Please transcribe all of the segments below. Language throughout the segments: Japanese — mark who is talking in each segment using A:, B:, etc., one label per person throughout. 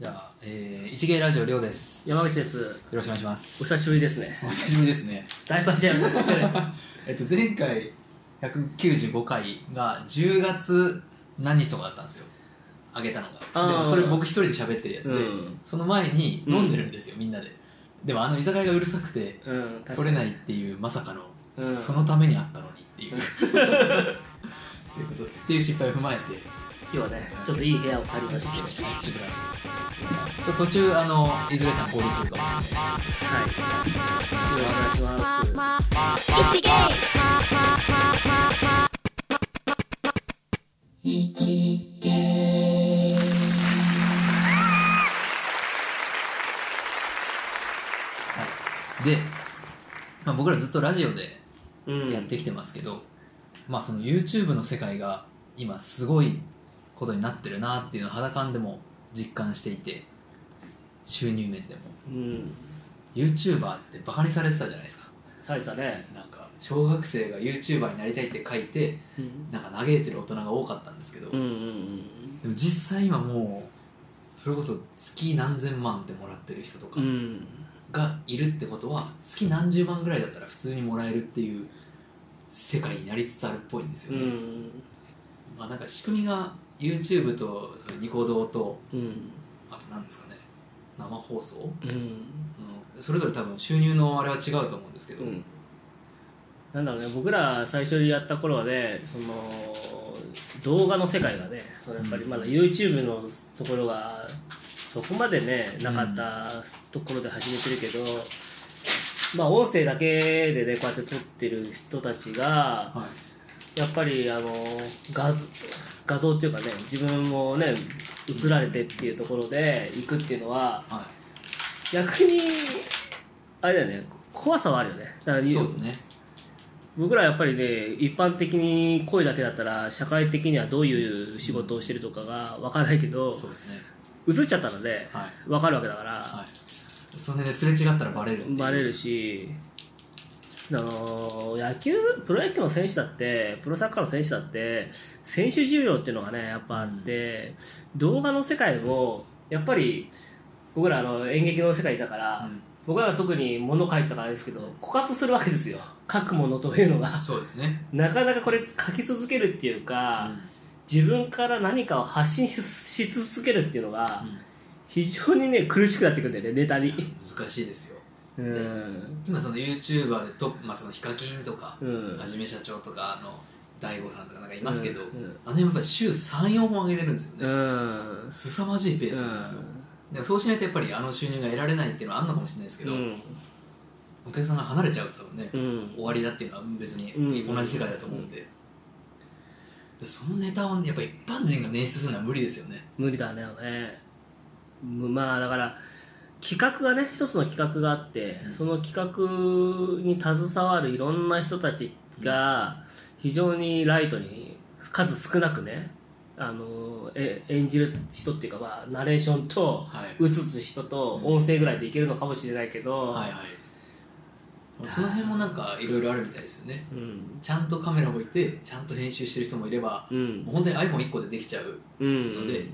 A: じゃあ、えー、一芸ラジオ、りょうです。
B: 山口です。
A: よろしくお願いしま
B: お
A: す。
B: 久しぶりですね。
A: お久しぶりですね。
B: だいぶ空いちゃいましたね。
A: えっと、前回、195回が10月何日とかだったんですよ。あげたの
B: あ
A: が。
B: ー
A: でも、それ僕一人で喋ってるやつで、
B: うん
A: その前に飲んでるんですよ、みんなで。でも、あの居酒屋がうるさくて、
B: うん、確かに
A: 取れないっていう、まさかの、
B: うん
A: そのためにあったのにって いう。っていうことっていう失敗を踏まえて、
B: 今日はね、ちょっといい部屋を借りまして。
A: 静かに。ちょっと途中、あの、いずれさん合流するかもしれない。
B: はい。よろしくお願いしま。
C: 一芸
A: はい、で、まあ、僕らずっとラジオです
B: うん。
A: やってきてますけど、まあ、その YouTube の世界が今すごいことになってるなっていうのを肌感でも実感していて収入面でも
B: うん。
A: YouTuber ってバカにされてたじゃないですか
B: さいさね。
A: なんか小学生が YouTuber になりたいって書いて
B: うん。
A: なんか嘆いてる大人が多かったんですけど、
B: うん
A: で
B: う
A: も
B: んうん。
A: 実際今もうそれこそ月何千万ってもらってる人とか、
B: うん。
A: がいるってことは月何十万ぐらいだったら普通にもらえるっていう世界になりつつあるっぽいんです
B: う
A: よね、
B: ん。
A: まあ、なんか仕組みが YouTube とそのニコ動と
B: うん。
A: あと何ですかね生放送、
B: うん。
A: うん、それぞれ多分収入のあれは違うと思うんですけど、
B: うん。なんだろうね、僕ら最初にやった頃はね、その、動画の世界がね、そのやっぱりまだ YouTube のところが、そこまでね、なかったところで始めてるけど、まあ音声だけでね、こうやって撮ってる人たちが、
A: はい、
B: やっぱりあの画像画像っていうかね、自分もね、映られてっていうところで行くっていうのは、
A: は
B: 逆に、あれだよね、怖さはあるよね。だか
A: い、
B: ら
A: そうですね
B: 僕らやっぱりね一般的に声だけだったら社会的にはどういう仕事をしてるとかが分からないけど
A: そうですね
B: 映っちゃったらね、
A: はい
B: 分かるわけだから、
A: はいその辺ですれ違ったらバレるっていう
B: バレるしあの野球プロ野球の選手だってプロサッカーの選手だって選手寿命っていうのがねやっぱあって、動画の世界もやっぱり僕らあの演劇の世界だから、
A: うん
B: 僕らは特に物書いてたからあれですけど枯渇するわけですよ書くものというのが。
A: そうですね、
B: なかなかこれ書き続けるっていうか、自分から何かを発信しし続けるっていうの
A: う
B: が
A: んうん
B: 非常にね苦しくなってくるんだよねネタに
A: 難しいですよ
B: うん
A: 今その YouTuber でトップ、まあ、そのヒカキンとか、
B: うん
A: はじめ社長とかあの大悟さんとかなんかいますけど、
B: うんうん
A: あの辺やっぱり週34本上げてるんですよ
B: う
A: ね、
B: ん
A: 凄まじいペースなんですよ、でもそうしないとやっぱりあの収入が得られないっていうのはあるのかもしれないですけ
B: う
A: ど、
B: ん
A: お客さんが離れちゃうと多分ね、
B: うん
A: 終わりだっていうのは別に
B: うん
A: 同じ世界だと思うんで,、でそのネタをねやっぱり一般人が捻出するのは無理ですよね
B: 無理だねむまあだから企画がね一つの企画があって、
A: うん
B: その企画に携わるいろんな人たちが非常にライトに数少なくねあのえ演じる人っていうか、まあ、ナレーションと
A: はい
B: 映す人と
A: うん
B: 音声ぐらいでいけるのかもしれないけど、
A: はいはいその辺もなんかいろいろあるみたいですよね、
B: うん
A: ちゃんとカメラ置いてちゃんと編集してる人もいれば、
B: うん
A: もう本当に iPhone1 個でできちゃう
B: うんうん
A: ので、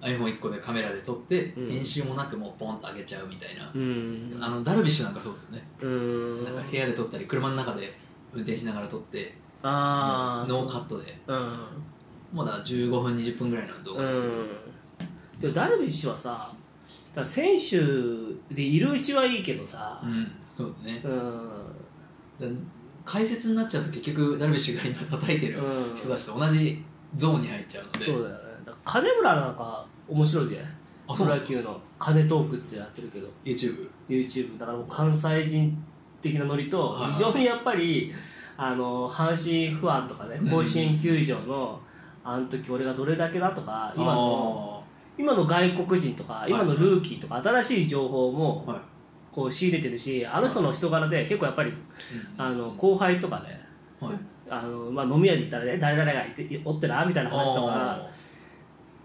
A: iPhone1 個でカメラで撮って、
B: うん
A: 編集もなくもうポンと上げちゃうみたいな、
B: うん
A: あのダルビッシュなんかそうですよね、
B: うん
A: なんか部屋で撮ったり車の中で運転しながら撮って
B: あー
A: ノーカットで
B: うん
A: まだ15分20分ぐらいの動画ですけど、
B: うん、でもダルビッシュはさだから選手でいるうちはいいけどさ
A: うん、そうですね
B: うん、
A: だ解説になっちゃうと結局ダルビッシュが今叩いてる
B: うん
A: 人たちと同じゾーンに入っちゃうので、
B: そうだよねだから金村なんか面白いじゃ
A: あ
B: ん
A: そ
B: プ
A: うなん
B: ロ
A: ですか
B: 野球の「金トーク」ってやってるけど
A: YouTube
B: YouTube だからもう関西人的なノリと
A: はい
B: 非常にやっぱりあの阪神ファンとかね
A: うん
B: 甲子園球場のあの時俺がどれだけだとか今の今の外国人とか
A: い
B: 今のルーキーとか新しい情報
A: あ
B: も
A: ーはい
B: こう仕入れてるし、あの人の人柄で結構やっぱり、
A: うん
B: あの後輩とかね、
A: はい
B: あのまあ、飲み屋に行ったらね、誰々がいておってなみたいな話
A: あ
B: とか、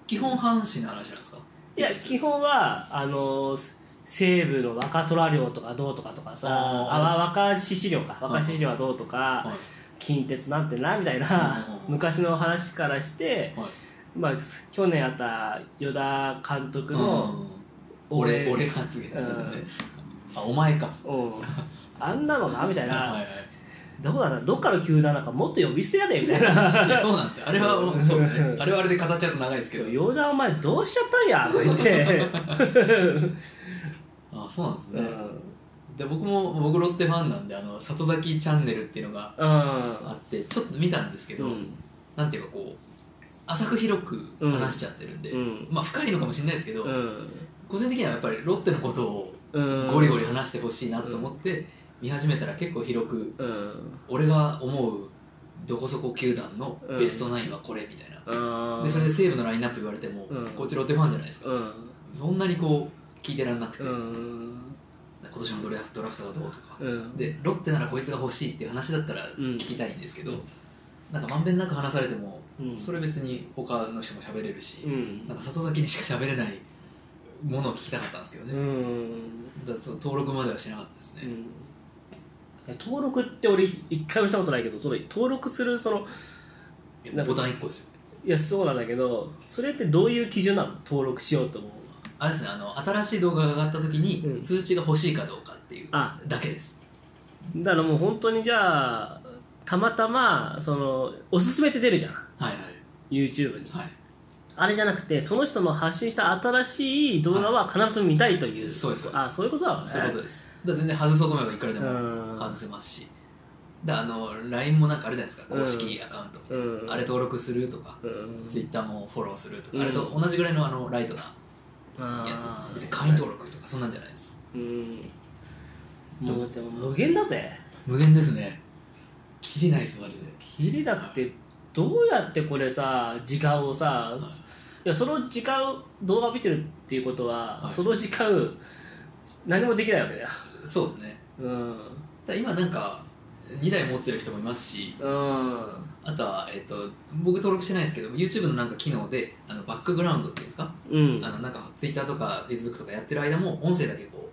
A: ー基本阪神の話なんですか
B: いや、基本はあの西部の若虎寮とかどうとかとかさ、
A: あー
B: あわ若獅子寮か、若獅子寮はどうと
A: は
B: か
A: い、
B: 近鉄なんてなみたいな
A: う、ん
B: 昔の話からして、
A: はい
B: まあ、去年あった与田監督
A: うん
B: の
A: 俺俺発言だね
B: うん
A: あお前か
B: うん、あんなのなみたい
A: はいはい
B: な、どこだな、どっから急なのか、もっと呼び捨てやでみたいな、
A: いや そうなんですよあれは
B: うん
A: そうですねあれはあれで語っちゃうと長いですけど
B: 洋田お前、どうしちゃったんやとか言って、
A: あそうなんです
B: う
A: ね、
B: ん、
A: で僕も僕ロッテファンなんであの里崎チャンネルっていうのがあ
B: あ
A: ってちょっと見たんですけど、
B: うん
A: なんていうかこう浅く広く話しちゃってるんで、
B: うん
A: まあ深いのかもしれないですけど、
B: うん、
A: 個人的にはやっぱりロッテのことを
B: うん
A: ゴリゴリ話してほしいなと思って見始めたら結構広く
B: うん、
A: 俺が思うどこそこ球団のベストナインはこれみたいな、
B: うん
A: でそれで西武のラインナップ言われても、
B: うん
A: こっちロッテファンじゃないですか、
B: うん、
A: そんなにこう聞いてらんなくて、
B: うん、
A: 今年のドラフドラフトがどうとか、
B: うん
A: でロッテならこいつが欲しいっていう話だったら
B: うん
A: 聞きたいんですけど、なんかまんべんなく話されても、
B: うん
A: それ別に他の人も喋れるし、
B: うん
A: なんか里崎にしか喋れないものを聞きたかったんですけど
B: う
A: ね、
B: ん、
A: だからその登録まではしなかったですね、
B: うん、登録って俺、一回もしたことないけど、その登録するその、
A: いやボタン1個ですよ
B: いや、そうなんだけど、それってどういう基準なの、登録しようと思うのは
A: あれですねあの新しい動画が上がった時
B: う
A: に
B: ん
A: 通知が欲しいかどうかっていうだ
B: あ
A: けです、
B: だからもう本当にじゃあたまたまそのおすすめって出るじゃん
A: はい
B: YouTube に、
A: はい、は
B: あれじゃなくてその人の発信した新しい動画は必ず見たいという、
A: いそうですそうです
B: あそういうことだろうね
A: そういうことですだから全然外そうと思えばいくらで
B: うん
A: も外せますしだからあの LINE もなんかあるじゃないですか
B: うん
A: 公式アカウントみたいな、
B: うん
A: あれ登録するとか、
B: うん
A: Twitter もフォローするとか、
B: うん
A: あれと同じぐらいのあのライトなやつですね
B: あー
A: 別に会員登録とかそんなんじゃないです
B: うんもうでも無限だぜ
A: 無限ですね切りないですマジで
B: 切りなくてどうやってこれさ時間をさ、い、やその時間動画見てるっていうことは、
A: はい
B: その時間何もできないわけだよ
A: そうですね
B: うん
A: ただ今なんか2台持ってる人もいますし
B: うん
A: あとは、えっと、僕登録してないですけど YouTube のなんか機能であのバックグラウンドっていうんですか、
B: うん
A: あのなんか Twitter とか Facebook とかやってる間も音声だけこ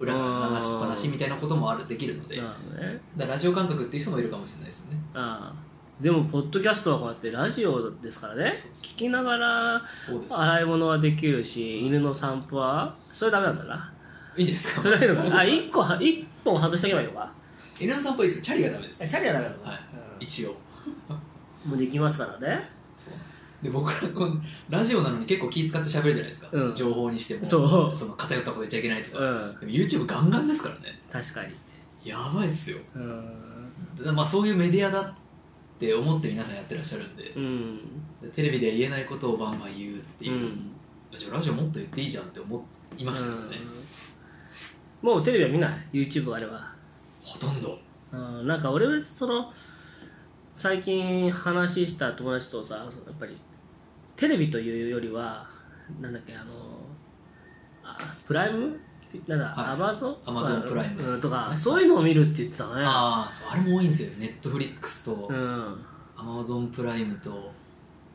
A: う裏から流しっぱなしみたいなこともあるできるのでだ
B: な
A: か
B: るほどね
A: らラジオ感覚っていう人もいるかもしれないですよね
B: ああでもポッドキャストはこうやってラジオですから
A: そ
B: ね
A: うそう
B: 聞きながら
A: そうです
B: 洗い物はできるし犬の散歩はそれダメなんだない
A: いんじゃないですか
B: それはいいのかなあ一個は一本外しておけばいいのか
A: 犬の散歩いいですよチャリがダメです
B: チャリはダメなのか、
A: はい、一応
B: うんもうできますからね
A: そうなんですで僕らこのラジオなのに結構気使って喋るじゃないですか、
B: うん
A: 情報にしても
B: そう
A: の偏ったこと言っちゃいけないとか、
B: うん
A: でも YouTube ガンガンですからね
B: 確かに
A: やばいっすよ
B: うん
A: だまあ、そういうメディアだって思って皆さんやってらっしゃるんで
B: う、ん
A: テレビでは言えないことをバンバン言うっていうう、
B: ん
A: じゃあラジオもっと言っていいじゃんって思いましたけどね、
B: うんもうテレビは見ない YouTube があれば
A: ほとんど
B: うんなんか俺はその最近話した友達とさやっぱりテレビというよりはなんだっけあのあプライムなんだ、
A: はい
B: アマゾン
A: Amazon プライム
B: うんとか
A: ね
B: そういうのを見るって言ってたね
A: ああそうあれも多いんですよネットフリックスと
B: うん、
A: アマゾンプライムと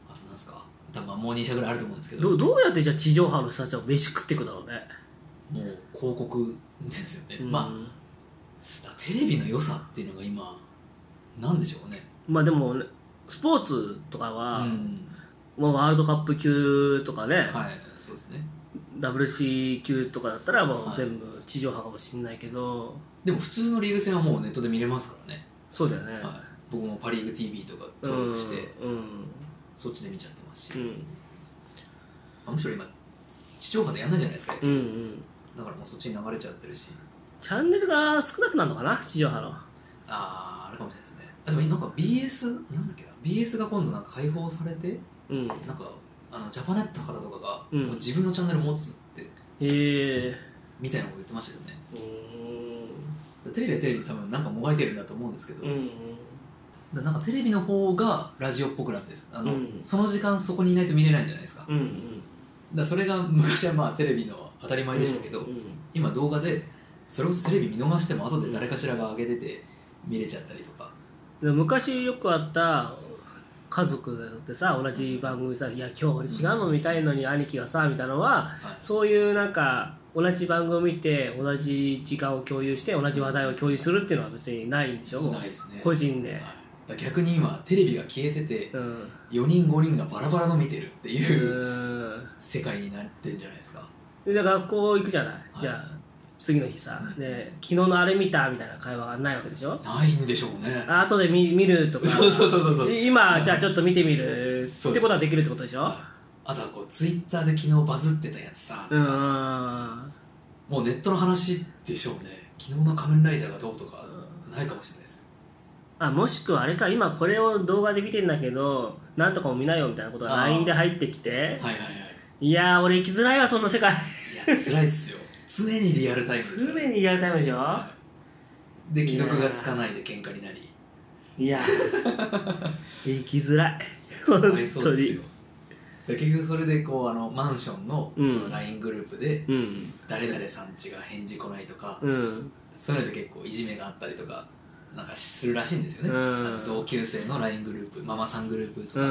A: あとなんすか多分もう2社ぐらいあると思うんですけど
B: どどうやってじゃあ地上波の人たちは飯食っていくだろうね、
A: もう広告ですよね、
B: うん
A: まあテレビの良さっていうのが今なんでしょうね
B: まあでもねスポーツとかは、
A: うん
B: まあ、ワールドカップ級とかね、
A: はいそうですね
B: WC 級とかだったらも
A: は
B: う
A: い
B: 全部地上波かもしれないけど、
A: でも普通のリーグ戦はもうネットで見れますからね、
B: そうだよね、
A: はい、僕もパ・リーグ TV とか登録して、
B: うんうん
A: そっちで見ちゃってますし、
B: うん
A: あむしろ今地上波でやんないじゃないですか、
B: うんうん
A: だからもうそっちに流れちゃってるし
B: チャンネルが少なくなるのかな地上波の
A: あーあれかもしれないですねあでもなんか BS なんだっけな BS が今度なんか解放されて
B: うん
A: なんかあのジャパネットの方とか
B: う
A: が
B: ん
A: もう自分のチャンネル持つって
B: へえ
A: みたいなこと言ってましたけどね
B: うー
A: だ
B: ん
A: テレビはテレビで多分なんかもがいてるんだと思うんですけど、
B: うんうん
A: だなんかテレビの方がラジオっぽくなってるんですあの、
B: うん
A: その時間そこにいないと見れないじゃないですか,、
B: う
A: だか
B: ん
A: らそれが昔はまあテレビの当たり
B: う
A: 前
B: ん
A: でしたけど、
B: うん
A: 今動画でそれこそテレビ見逃しても後で誰かしらが上げてて見れちゃったりとか、
B: で昔よくあった家族でさ同じ番組さ「いや今日俺違うの見たいのに兄貴がさ」みたいなのは、
A: はい
B: そういうなんか同じ番組を見て同じ時間を共有して同じ話題を共有するっていうのは別にないんでしょ
A: ないですね
B: 個人で、
A: はいだから逆に今テレビが消えてて、
B: うん
A: 4人5人がバラバラの見てるっていう
B: うん
A: 世界になってんじゃないですか
B: でで学校行くじゃな
A: い
B: い、じゃあ次の日さ、
A: うん
B: で昨日のあれ見たみたいな会話がないわけでしょ
A: ないんでしょうね
B: あ後で見見るとか
A: そうそうそうそうそう
B: 今
A: うん
B: じゃあちょっと見てみる
A: そう
B: ってことはできるってことでしょ
A: あとはこうツイッターで昨日バズってたやつさ、
B: うんうん
A: もうネットの話でしょうね昨日の仮面ライダーがどうとかないかもしれないですよ
B: あもしくはあれか今これを動画で見てんだけどなんとかも見ないよみたいなことが
A: あー
B: LINE で入ってきて、、
A: はいはいはい
B: やー俺行きづらいわそんな世界
A: いいや辛いっすよ常にリアルタイムですよ
B: 常にリアルタイムでしょ、
A: はいで既読がつかないで喧嘩になり
B: い、やー行きづらい本
A: かわいそ
B: 当
A: うです
B: に
A: よで結局それでこうあのマンションのそ
B: うん
A: の LINE グループで
B: うん
A: 誰々さんちが返事来ないとか、
B: うん
A: そういうので結構いじめがあったりとかなんかするらしいんですよね、
B: うん
A: あの同級生の LINE グループママさんグループと
B: う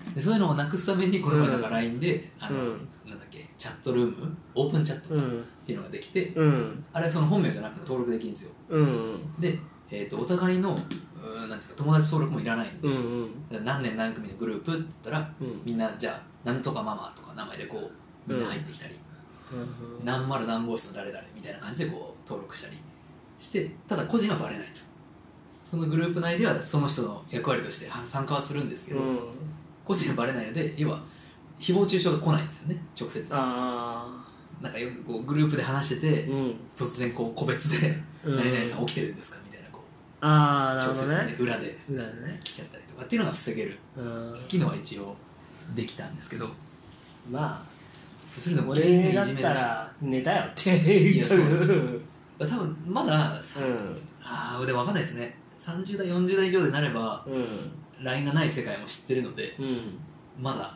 A: か、
B: ん
A: でそういうのをなくすためにこの前なんか LINE で、あの
B: うん
A: なんだっけチャットルームオープンチャットか
B: う
A: っ
B: ん
A: ていうのができて、
B: うん
A: あれはその本名じゃなくて登録できるんですよ
B: うん
A: で、えー、とお互いのうーんなんですか友達登録もいらないんで、
B: うんうん
A: 何年何組のグループって言ったら、
B: うん
A: みんなじゃあなんとかママとか名前でこうみんな入ってきたり、
B: うん
A: 何丸何号室の誰々みたいな感じでこう登録したりしてただ個人はバレないとそのグループ内ではその人の役割としては参加はするんですけど、
B: うん
A: 個人はバレないので要は誹謗中傷が来ないんですよね直接
B: あ
A: なんかよくこうグループで話してて、
B: ーうん
A: 突然こう個別で「
B: うん
A: 何々さん起きてるんですか?」みたいなこう
B: あーな
A: 直
B: るほ
A: 接
B: どね
A: ね裏で
B: 裏でね
A: 来ちゃったりとかっていうのが防げる
B: うん
A: 機能は一応できたんですけど
B: まあ
A: それでも芸人
B: 俺
A: い
B: だっ
A: じめ
B: た
A: だし
B: ら寝たよって言っちゃう
A: いやそう
B: う
A: そ
B: ん
A: 多分まださ、ああでも分かんないですね30代40代以上でなれば
B: うん
A: LINE がない世界も知ってるので
B: うん
A: まだ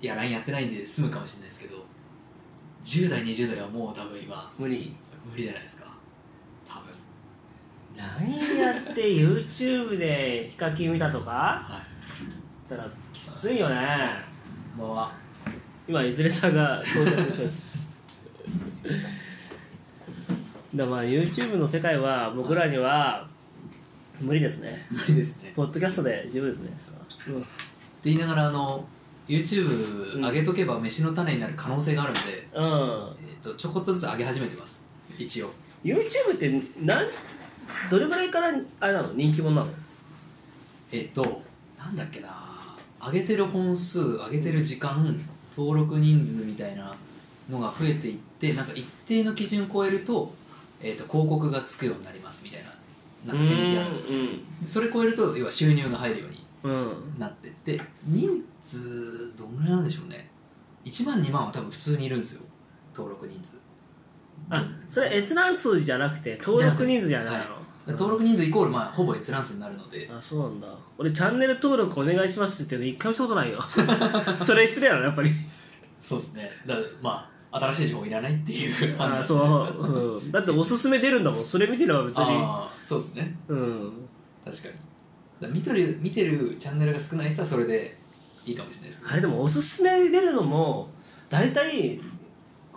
A: いや LINE やってないんで済むかもしれないですけど10代20代はもう多分今
B: 無理
A: 無理じゃないですか多分
B: LINE やって YouTube でヒカキン見たとか
A: は
B: だったらきついよね
A: いもうは
B: 今いずれさんが到着しましただからまあ YouTube の世界は僕らには無理ですね
A: 無理ですねって
B: ポッドキャストで十分ですねうん
A: 言いながらあの YouTube 上げとけば飯の種になる可能性があるので、
B: うん、
A: えー、とちょこっとずつ上げ始めてます一応
B: YouTube って何どれぐらいからあれなの人気者なの
A: えっ、となんだっけな上げてる本数上げてる時間登録人数みたいなのが増えていってなんか一定の基準を超えると,、えー、と広告がつくようになりますみたいななんか線引きがあるんですよそれ超えると要は収入が入るように
B: うんうん
A: なってって人数どんぐらいなんでしょうね1万2万は多分普通にいるんですよ登録人数
B: あそれ閲覧数じゃなくて登録人数じゃないの、
A: は登録人数イコール、まあ、ほぼ閲覧数になるので
B: あそうなんだ俺チャンネル登録お願いしますって言ってるの一回もしたことない よそれ失礼なのやっぱり
A: そうですねだからまあ新しい情報いらないっていう判
B: あ
A: 断
B: そう、うん、だっておすすめ出るんだもんそれ見てれば別に
A: あーそうですね
B: うん
A: 確かにだから見てる見てるチャンネルが少ない人はそれでいいかもしれないですけど
B: あれでもおすすめ出るのも大体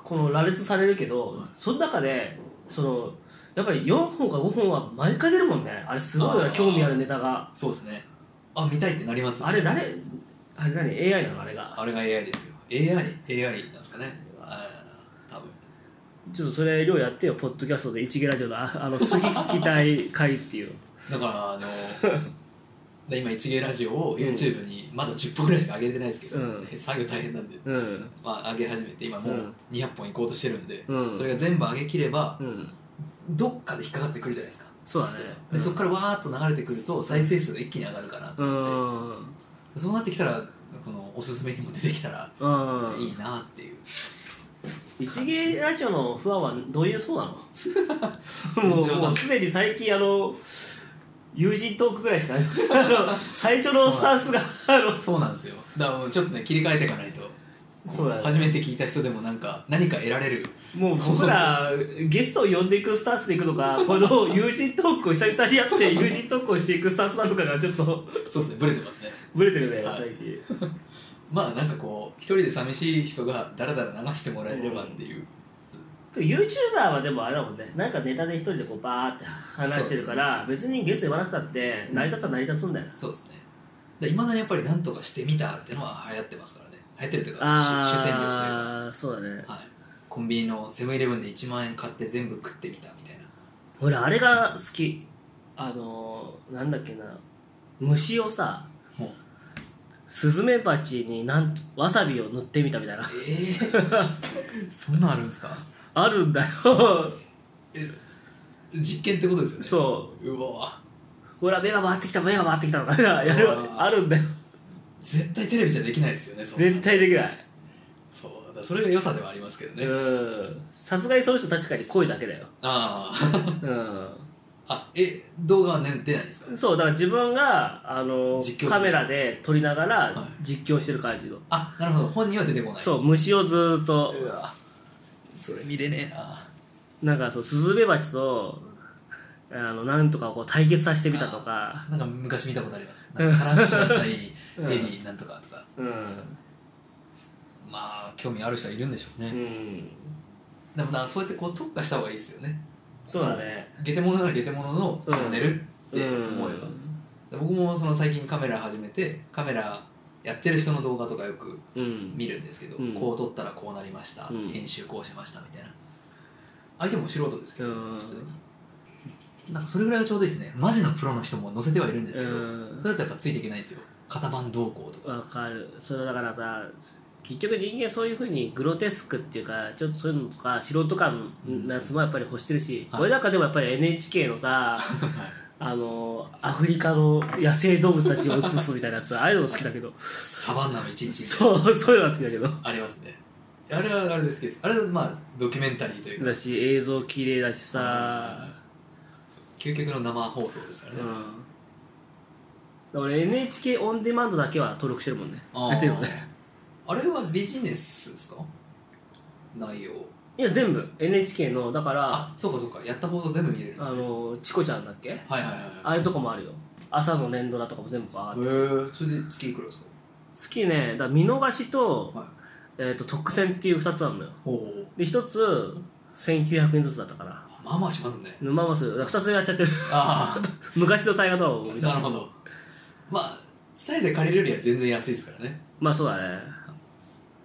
B: この羅列されるけどその中でそのやっぱり4本か5本は毎回出るもんねあれすごい
A: あ
B: な
A: ー
B: 興味あるネタが
A: そうですねあ見たいってなります
B: あれ誰あれ何 AI なのあれが
A: あれが AI ですよ AIAI なんですかねあー多分
B: ちょっとそれ量やってよポッドキャストで一芸ラジオのああの次聞きたい回っていう
A: だから あので今一芸ラジオを YouTube にまだ10本ぐらいしか上げれてないですけど、
B: うん
A: 作業大変なんで、
B: うん
A: まあ、上げ始めて今もう200本いこうとしてるんで、
B: うん
A: それが全部上げきれば
B: うん
A: どっかで引っかかってくるじゃないですか
B: そうだね
A: でそこからわーっと流れてくると再生数が一気に上がるかなと
B: う
A: 思って、
B: んうん
A: そうなってきたらこのおすすめにも出てきたら
B: うん
A: いいなっていう、
B: 一芸ラジオの不安はどういう層なの
A: 全然わ
B: も
A: か
B: うん
A: ない
B: もうすでに最近あの友人トークぐらいしかないあ の最初のスタンスがあの
A: そうなんですよだからもうちょっとね切り替えていかないと
B: そうだね
A: 初めて聞いた人でもなんか何か得られる
B: もう僕らゲストを呼んでいくスタンスでいくのかこの友人トークを久々にや って友人トークをしていくスタンスなのかがちょっと
A: そうですねブレてますね
B: ブレてるね
A: はい
B: 最近
A: まあなんかこう一人で寂しい人がだらだら流してもらえればっていう、
B: でも YouTuber はでもあれだもんねなんかネタで一人でこうバーって話してるから別にゲスト言わなくたって成り立つは成り立つんだよな
A: そうですねいまだにやっぱり何とかしてみたってのは流行ってますからね流行ってるというか主主戦力というか
B: ああそうだね、
A: はい、コンビニのセブンイレブンで1万円買って全部食ってみたみたいな
B: 俺あれが好きあのーなんだっけな虫をさ
A: もう
B: スズメバチになんとわさびを塗ってみたみ たいな
A: ええ そんなんあるんですか
B: あるんだよ
A: え実験ってことですよね
B: そう
A: うわ
B: ほら目が回ってきた目が回ってきたとか やる
A: うわ
B: あるんだよ
A: 絶対テレビじゃできないですよねそんな
B: 絶対できない
A: そうだからそれが良さではありますけどね、
B: うんさすがにその人確かに声だけだよ
A: ああ
B: うん
A: あえ動画は、ね、出ないんですか
B: そうだから自分があの
A: 実況
B: カメラで撮りながら
A: は
B: 実況してる感じの、
A: あなるほど本人は出てこない
B: そう虫をずーっと
A: うわそれ見れねえな
B: なんかそうスズメバチとあのなんとかをこう対決させてみたとか
A: あなんか昔見たことありますなんかタランチュラ対 ヘ
B: うん
A: ビなんとかとか、
B: うん、
A: まあ興味ある人はいるんでしょう
B: う
A: ね、
B: ん、
A: でもなそうやってこう特化した方がいいですよね
B: そうだね
A: ゲテモノならゲテモノのチャンネルって思えば、
B: う
A: で僕もその最近カメラ始めてカメラやってる人の動画とかよく
B: ん
A: 見るんですけど、
B: うん
A: こう撮ったらこうなりました、
B: うん
A: 編集こうしましたみたいな相手も素人ですけど、
B: うん
A: 普通になんかそれぐらいがちょうどいいですねマジのプロの人も載せてはいるんですけど、
B: うん
A: それだとやっぱついていけないんですよ型番動向とか
B: わかるそれだからさ結局人間そういうふうにグロテスクっていうかちょっとそういうのとか素人感のやつもやっぱり欲してるし、
A: はい
B: 俺なんかでもやっぱり NHK のさあのアフリカの野生動物たちを映すみたいなやつああいうの好きだけど
A: サバンナの一日みたいな
B: そうそういうのが好きだけど
A: ありますねあれはあれですけどあれはまあドキュメンタリーというか
B: だし映像綺麗だしさ、
A: そう究極の生放送ですからね、
B: うん、俺 NHK オンデマンドだけは登録してるもんね
A: あー
B: やってるもんね
A: あれはビジネスですか内容
B: いや全部 NHK のだから
A: あそうかそうかやった放送全部見れるんで
B: あ
A: すね
B: のチコちゃんだっけ
A: はいはい
B: あ
A: はい
B: れとかもあるよ朝の連ドラとかも全部あって好
A: へえそれで月いくらですか
B: きねだから見逃しと,、
A: はい
B: えー、と特選っていう2つあるのよ
A: おお
B: で1つ1900円ずつだったから
A: まあまあしますね
B: 沼ます2つやっちゃってる
A: あ
B: 昔の大河ドラマを
A: あ
B: 見
A: な
B: た
A: るほどまあ伝えで借りるよりは全然安いですからね
B: まあそうだね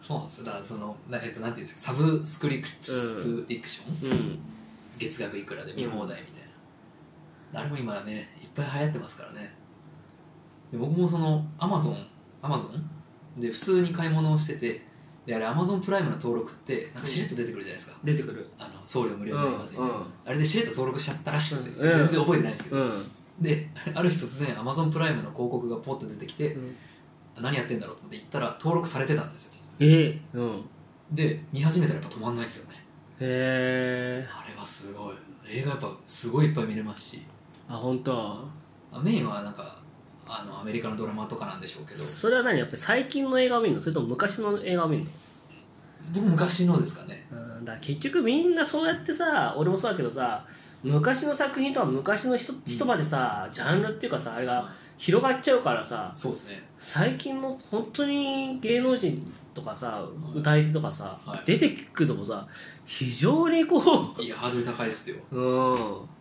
A: そうなんですよだからそのなえっとなんていうんですかサブスクリプスクリプション、
B: うん
A: 月額いくらで見放題みたいな、あれも今ねいっぱい流行ってますからねで僕もそのアマゾンアマゾンで普通に買い物をしててであれアマゾンプライムの登録ってなんかしれっと出てくるじゃないですか、
B: 出てくる
A: あの送料無料になりますみたいな、
B: うんうん
A: あれでしれっと登録しちゃったらしくて、
B: うん
A: 全然覚えてないんですけど、
B: うん、
A: である日突然アマゾンプライムの広告がポッと出てきて、
B: うん
A: 何やってんだろうと思って行ったら登録されてたんですよ
B: ええうん
A: で見始めたらやっぱ止まんないですよね
B: へえ
A: あれはすごい映画やっぱすごいいっぱい見れますし
B: あ本当。
A: メインはなんかあのアメリカのドラマとかなんでしょうけど
B: それは何やっぱり最近の映画を見るのそれとも昔の映画を見るの
A: 僕昔のですかね
B: うんだから結局みんなそうやってさ俺もそうだけどさ昔の作品とか昔の人人までさジャンルっていうかさあれが広がっちゃうからさ
A: そうですね
B: 最近の本当に芸能人とかさ
A: い
B: 歌い手とかさ、
A: はい
B: 出てくるのもさ非常にこ
A: いやハードル高いですよ
B: ううん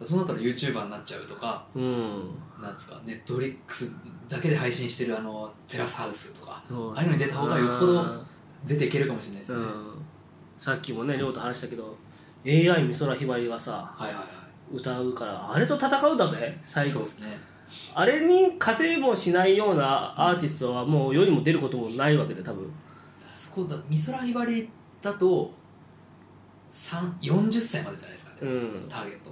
A: そうなったら YouTuber になっちゃうとか
B: うん
A: なんですかネットフリックスだけで配信してるあのテラスハウスとか
B: そう
A: ああいうのに出た方がよっぽど出ていけるかもしれないです
B: う
A: よね、
B: ん、さっきもね亮と話したけど AI 美空ひばりがさ
A: はいはいは
B: 歌うからあれと戦うんだぜ
A: い
B: 最
A: そう
B: 後
A: ですね
B: あれに勝てもしないようなアーティストはもう世にも出ることもないわけで多分
A: あそこだ美空ひばりだと3 40歳までじゃないですか
B: う
A: ね、
B: ん
A: ターゲット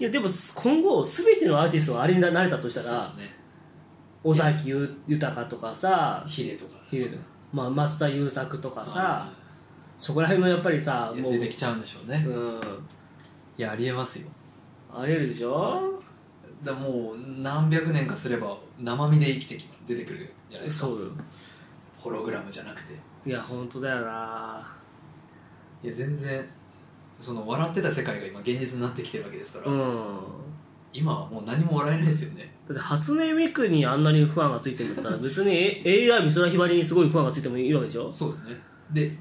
B: いやでも今後全てのアーティストがあれに慣れたとした
A: そうで
B: ら
A: すね
B: 尾崎豊とかさ
A: ヒデとか
B: ヒルまあ、松田優作とか
A: あ
B: さそこら辺のやっぱりさ
A: ーいや
B: もう
A: 出てきちゃうんでしょうね、
B: う
A: い
B: ん
A: やありえますよ
B: ありえるでしょ
A: だからもう何百年かすれば生身で生きてきま出てくるじゃないですか
B: そうよ
A: ホログラムじゃなくて
B: いや本当だよない
A: や全然その笑ってた世界が今現実になってきてるわけですから、
B: うん
A: 今はもう何も笑えないですよね
B: だって初音ミクにあんなにファンがついてるんだったら別に A- AI 美空ひばりにすごいファンがついてもいいわけでしょ
A: そうですねで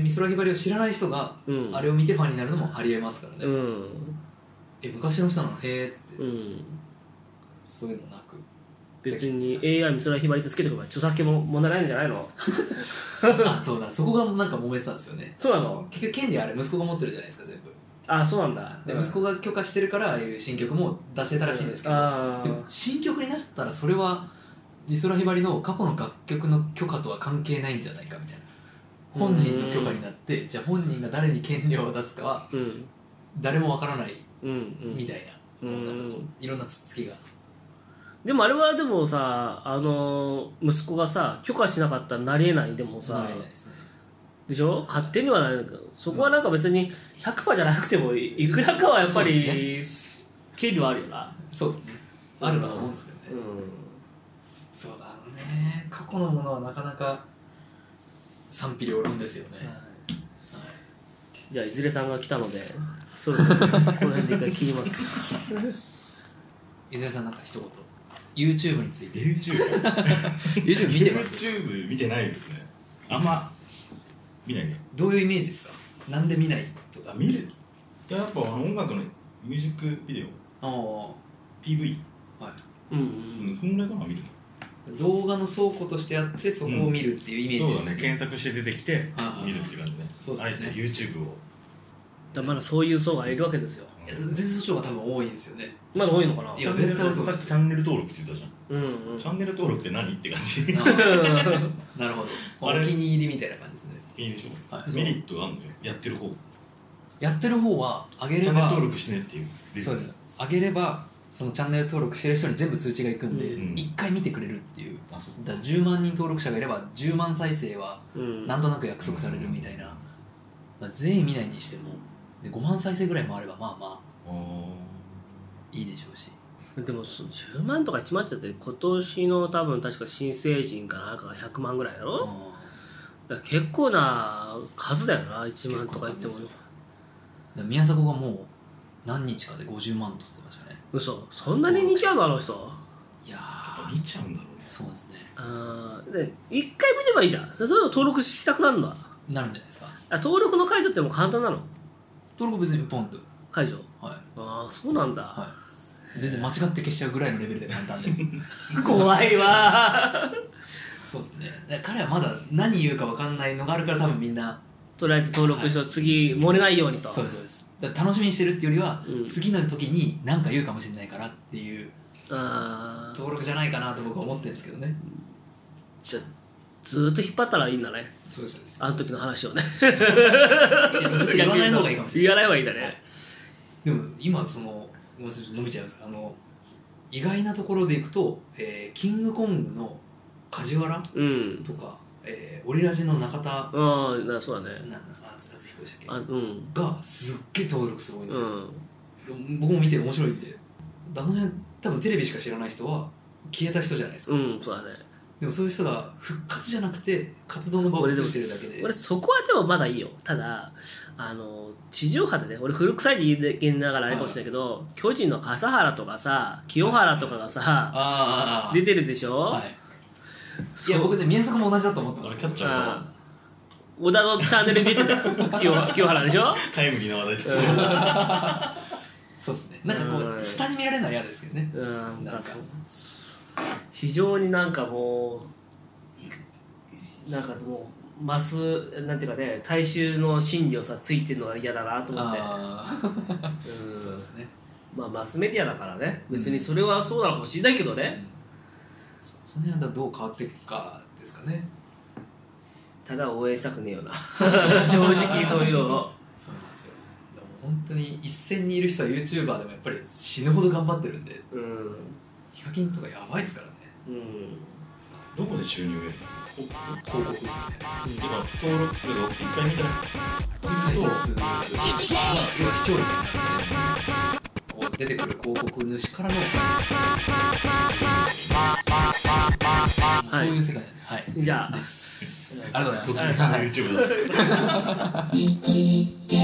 A: み美空ひばりを知らない人が、
B: うん
A: あれを見てファンになるのもありえますからね、
B: うん
A: え昔の人なのへえって、
B: うん
A: そういうのなく
B: 別に AI 美空ひばりってつけておけば著作権も問題ないんじゃないの
A: あそうだそこがなんか揉めてたんですよね
B: そうなの
A: 結局権利あれ息子が持ってるじゃないですか全部
B: あそうなんだ
A: で息子が許可してるからああいう新曲も出せたらしいんですけど、
B: うんあー
A: でも新曲になったらそれは美空ひばりの過去の楽曲の許可とは関係ないんじゃないかみたいな本人の許可になってじゃあ本人が誰に権利を出すかは
B: うん
A: 誰もわからない
B: うんうん
A: みたいな,、
B: うん
A: なんかこういろんなつっつきが
B: でもあれはでもさあの息子がさ許可しなかったらなりえないでも
A: な
B: さ
A: れないですね
B: でしょ勝手にはなれないけどそこはなんか別に100%じゃなくてもいいくらかはやっぱ
A: そう
B: り権利はあるよな
A: そうですねあるとは思うんですけどね、
B: う
A: そうだろうね過去のものはなかなか賛否両論ですよね、
B: ん、
A: はい
B: じゃあいずれさんが来た のでそろそろこの辺で一回切ります
A: いずれさんなんか一言 YouTube について
C: YouTube
A: YouTube 見てます
C: YouTube 見てないですねあんま見ないね
A: どういうイメージですかなんで見ないと
C: あ
A: か
C: 見るいややっぱあの音楽のミュージックビデオ
A: ああ
C: PV、
A: は
B: うんう
C: うん、
B: ん
C: そんぐらいかな見るの
A: い動画の倉庫としてあってそこを見るっていうイメージです
C: そうだね検索して出てきて
A: あー
C: 見るっていう感じね
A: そうです
C: あ
A: ね
C: えて YouTube を
B: だからまだそういう層がいるわけですよ
A: いや全然そっちの方が多分多いんですよね
B: まだ多いのかな
A: や
B: い
C: チャンネル
A: 絶対音楽
C: チャンネル登録って言ってたじ
B: うん
C: ゃ
B: うんん
C: チャンネル登録って何って感じ
A: あ
C: い
A: あ なるほど
C: あれ
A: お気に入りみたいな感じですね
C: いでしょ、
A: はい
C: メリットがあるのよやってる方
A: やってる方は上げ
C: チ
A: れ
C: ャンネル
A: ば
C: 登録してねっていう
A: そうです上げればそのチャンネル登録してる人に全部通知がいくんで、
C: うん
A: 1回見てくれるっていう
C: あそう
A: だから10万人登録者がいれば10万再生は
B: うん
A: なんとなく約束されるみたいな、まあ、全員見ないにしてもで5万再生ぐらいもあればまあま
C: あ
A: あ
C: ー
A: いいでしょうし
B: でもそ10万とか1万ってだって今年の多分確か新成人かなんかが100万ぐらいだろ、
A: あ
B: だから結構な数だよな1万とか言って
A: 結構数で
B: も
A: すよーで宮迫がもう何日かで50万とってましたね
B: 嘘そんなに人気あるのあの人
A: いや
C: やっぱ
A: ー
C: 見ちゃうんだろうね
A: そうですね
B: あーで1回見ればいいじゃんそれを登録したくなるんだ
A: なるんじゃないですか
B: あ登録の解除ってもう簡単なの
A: 登録別にポンと
B: 解除
A: はい
B: ああそうなんだ、
A: はい全然間違って消しちゃうぐらいのレベルで簡単 です
B: 怖いわー
A: そうですねだから彼はまだ何言うか分かんないのがあるから多分みんな
B: とりあえず登録しよう、次漏れないようにと
A: そうですそうですだから楽しみにしてるっていうよりは、
B: うん
A: 次の時に何か言うかもしれないからっていう
B: あー
A: 登録じゃないかなと僕は思ってるんですけどね
B: じゃあずーっと引っ張ったらいいんだね
A: そうですそうです
B: あの時の話をね
A: いやちょっと言わない方がいいかもしれない
B: 言わない方がいいんだね、
A: でも今そのごめんなさいちょっと伸びちゃいますけどあの意外なところでいくと、えーキングコングの梶原
B: うん
A: とか、えーオリラジの中田
B: ああなそうだね
A: なんだあつ敦彦でした
B: あう
A: っ
B: ん
A: けがすっげえ登録数多いんです
B: う
A: よ、
B: ん
A: 僕も見て面白いんであの辺多分テレビしか知らない人は消えた人じゃないですか、
B: うんそうだね
A: でもそういう人が復活じゃなくて活動の場を移
B: でも
A: してるだけで
B: 俺そこはでもまだいいよただあの地上波でね俺古臭いで言いながらあれかもしれないけど、巨人の笠原とかさ清原とかがさ、
A: ああ
B: 出てるでしょ、
A: はいいや僕ね宮迫も同じだと思ってます
C: あれキャッチャー
B: あー小田のチャンネルに出て たよ清清原でしょ
C: タイムリーな話題として
A: そうですねなんかこ
B: うん
A: う下に見られるのは嫌ですけどね
B: うんなん
A: なん
B: か
A: か
B: 非常になんかもうなんかもうマスなんていうかね大衆の心理をさついてるのが嫌だなと思って
A: あ
B: う
A: あ
B: ん
A: そうですね
B: まあ、マスメディアだからね、別にそれはそうなのかもしれないけどね、
A: そその辺はどう変わっていくかですかね
B: ただ応援したくねえよな、正直そういうのを。
A: そうなんですよでも本当に一線にいる人は YouTuber でもやっぱり死ぬほど頑張ってるんで
B: うん、
A: ヒカキンとかやばいですからね
B: うん、
C: どこで収入を得る
A: 広告ですよね
C: のてか登録数が一回見たら
A: 再生数まあ要は視聴率になるんでこう出てくる広告主からの、そういう世界なんではい
B: じゃあ。
A: ありがとうございました
C: 突然の YouTube だった
D: 一点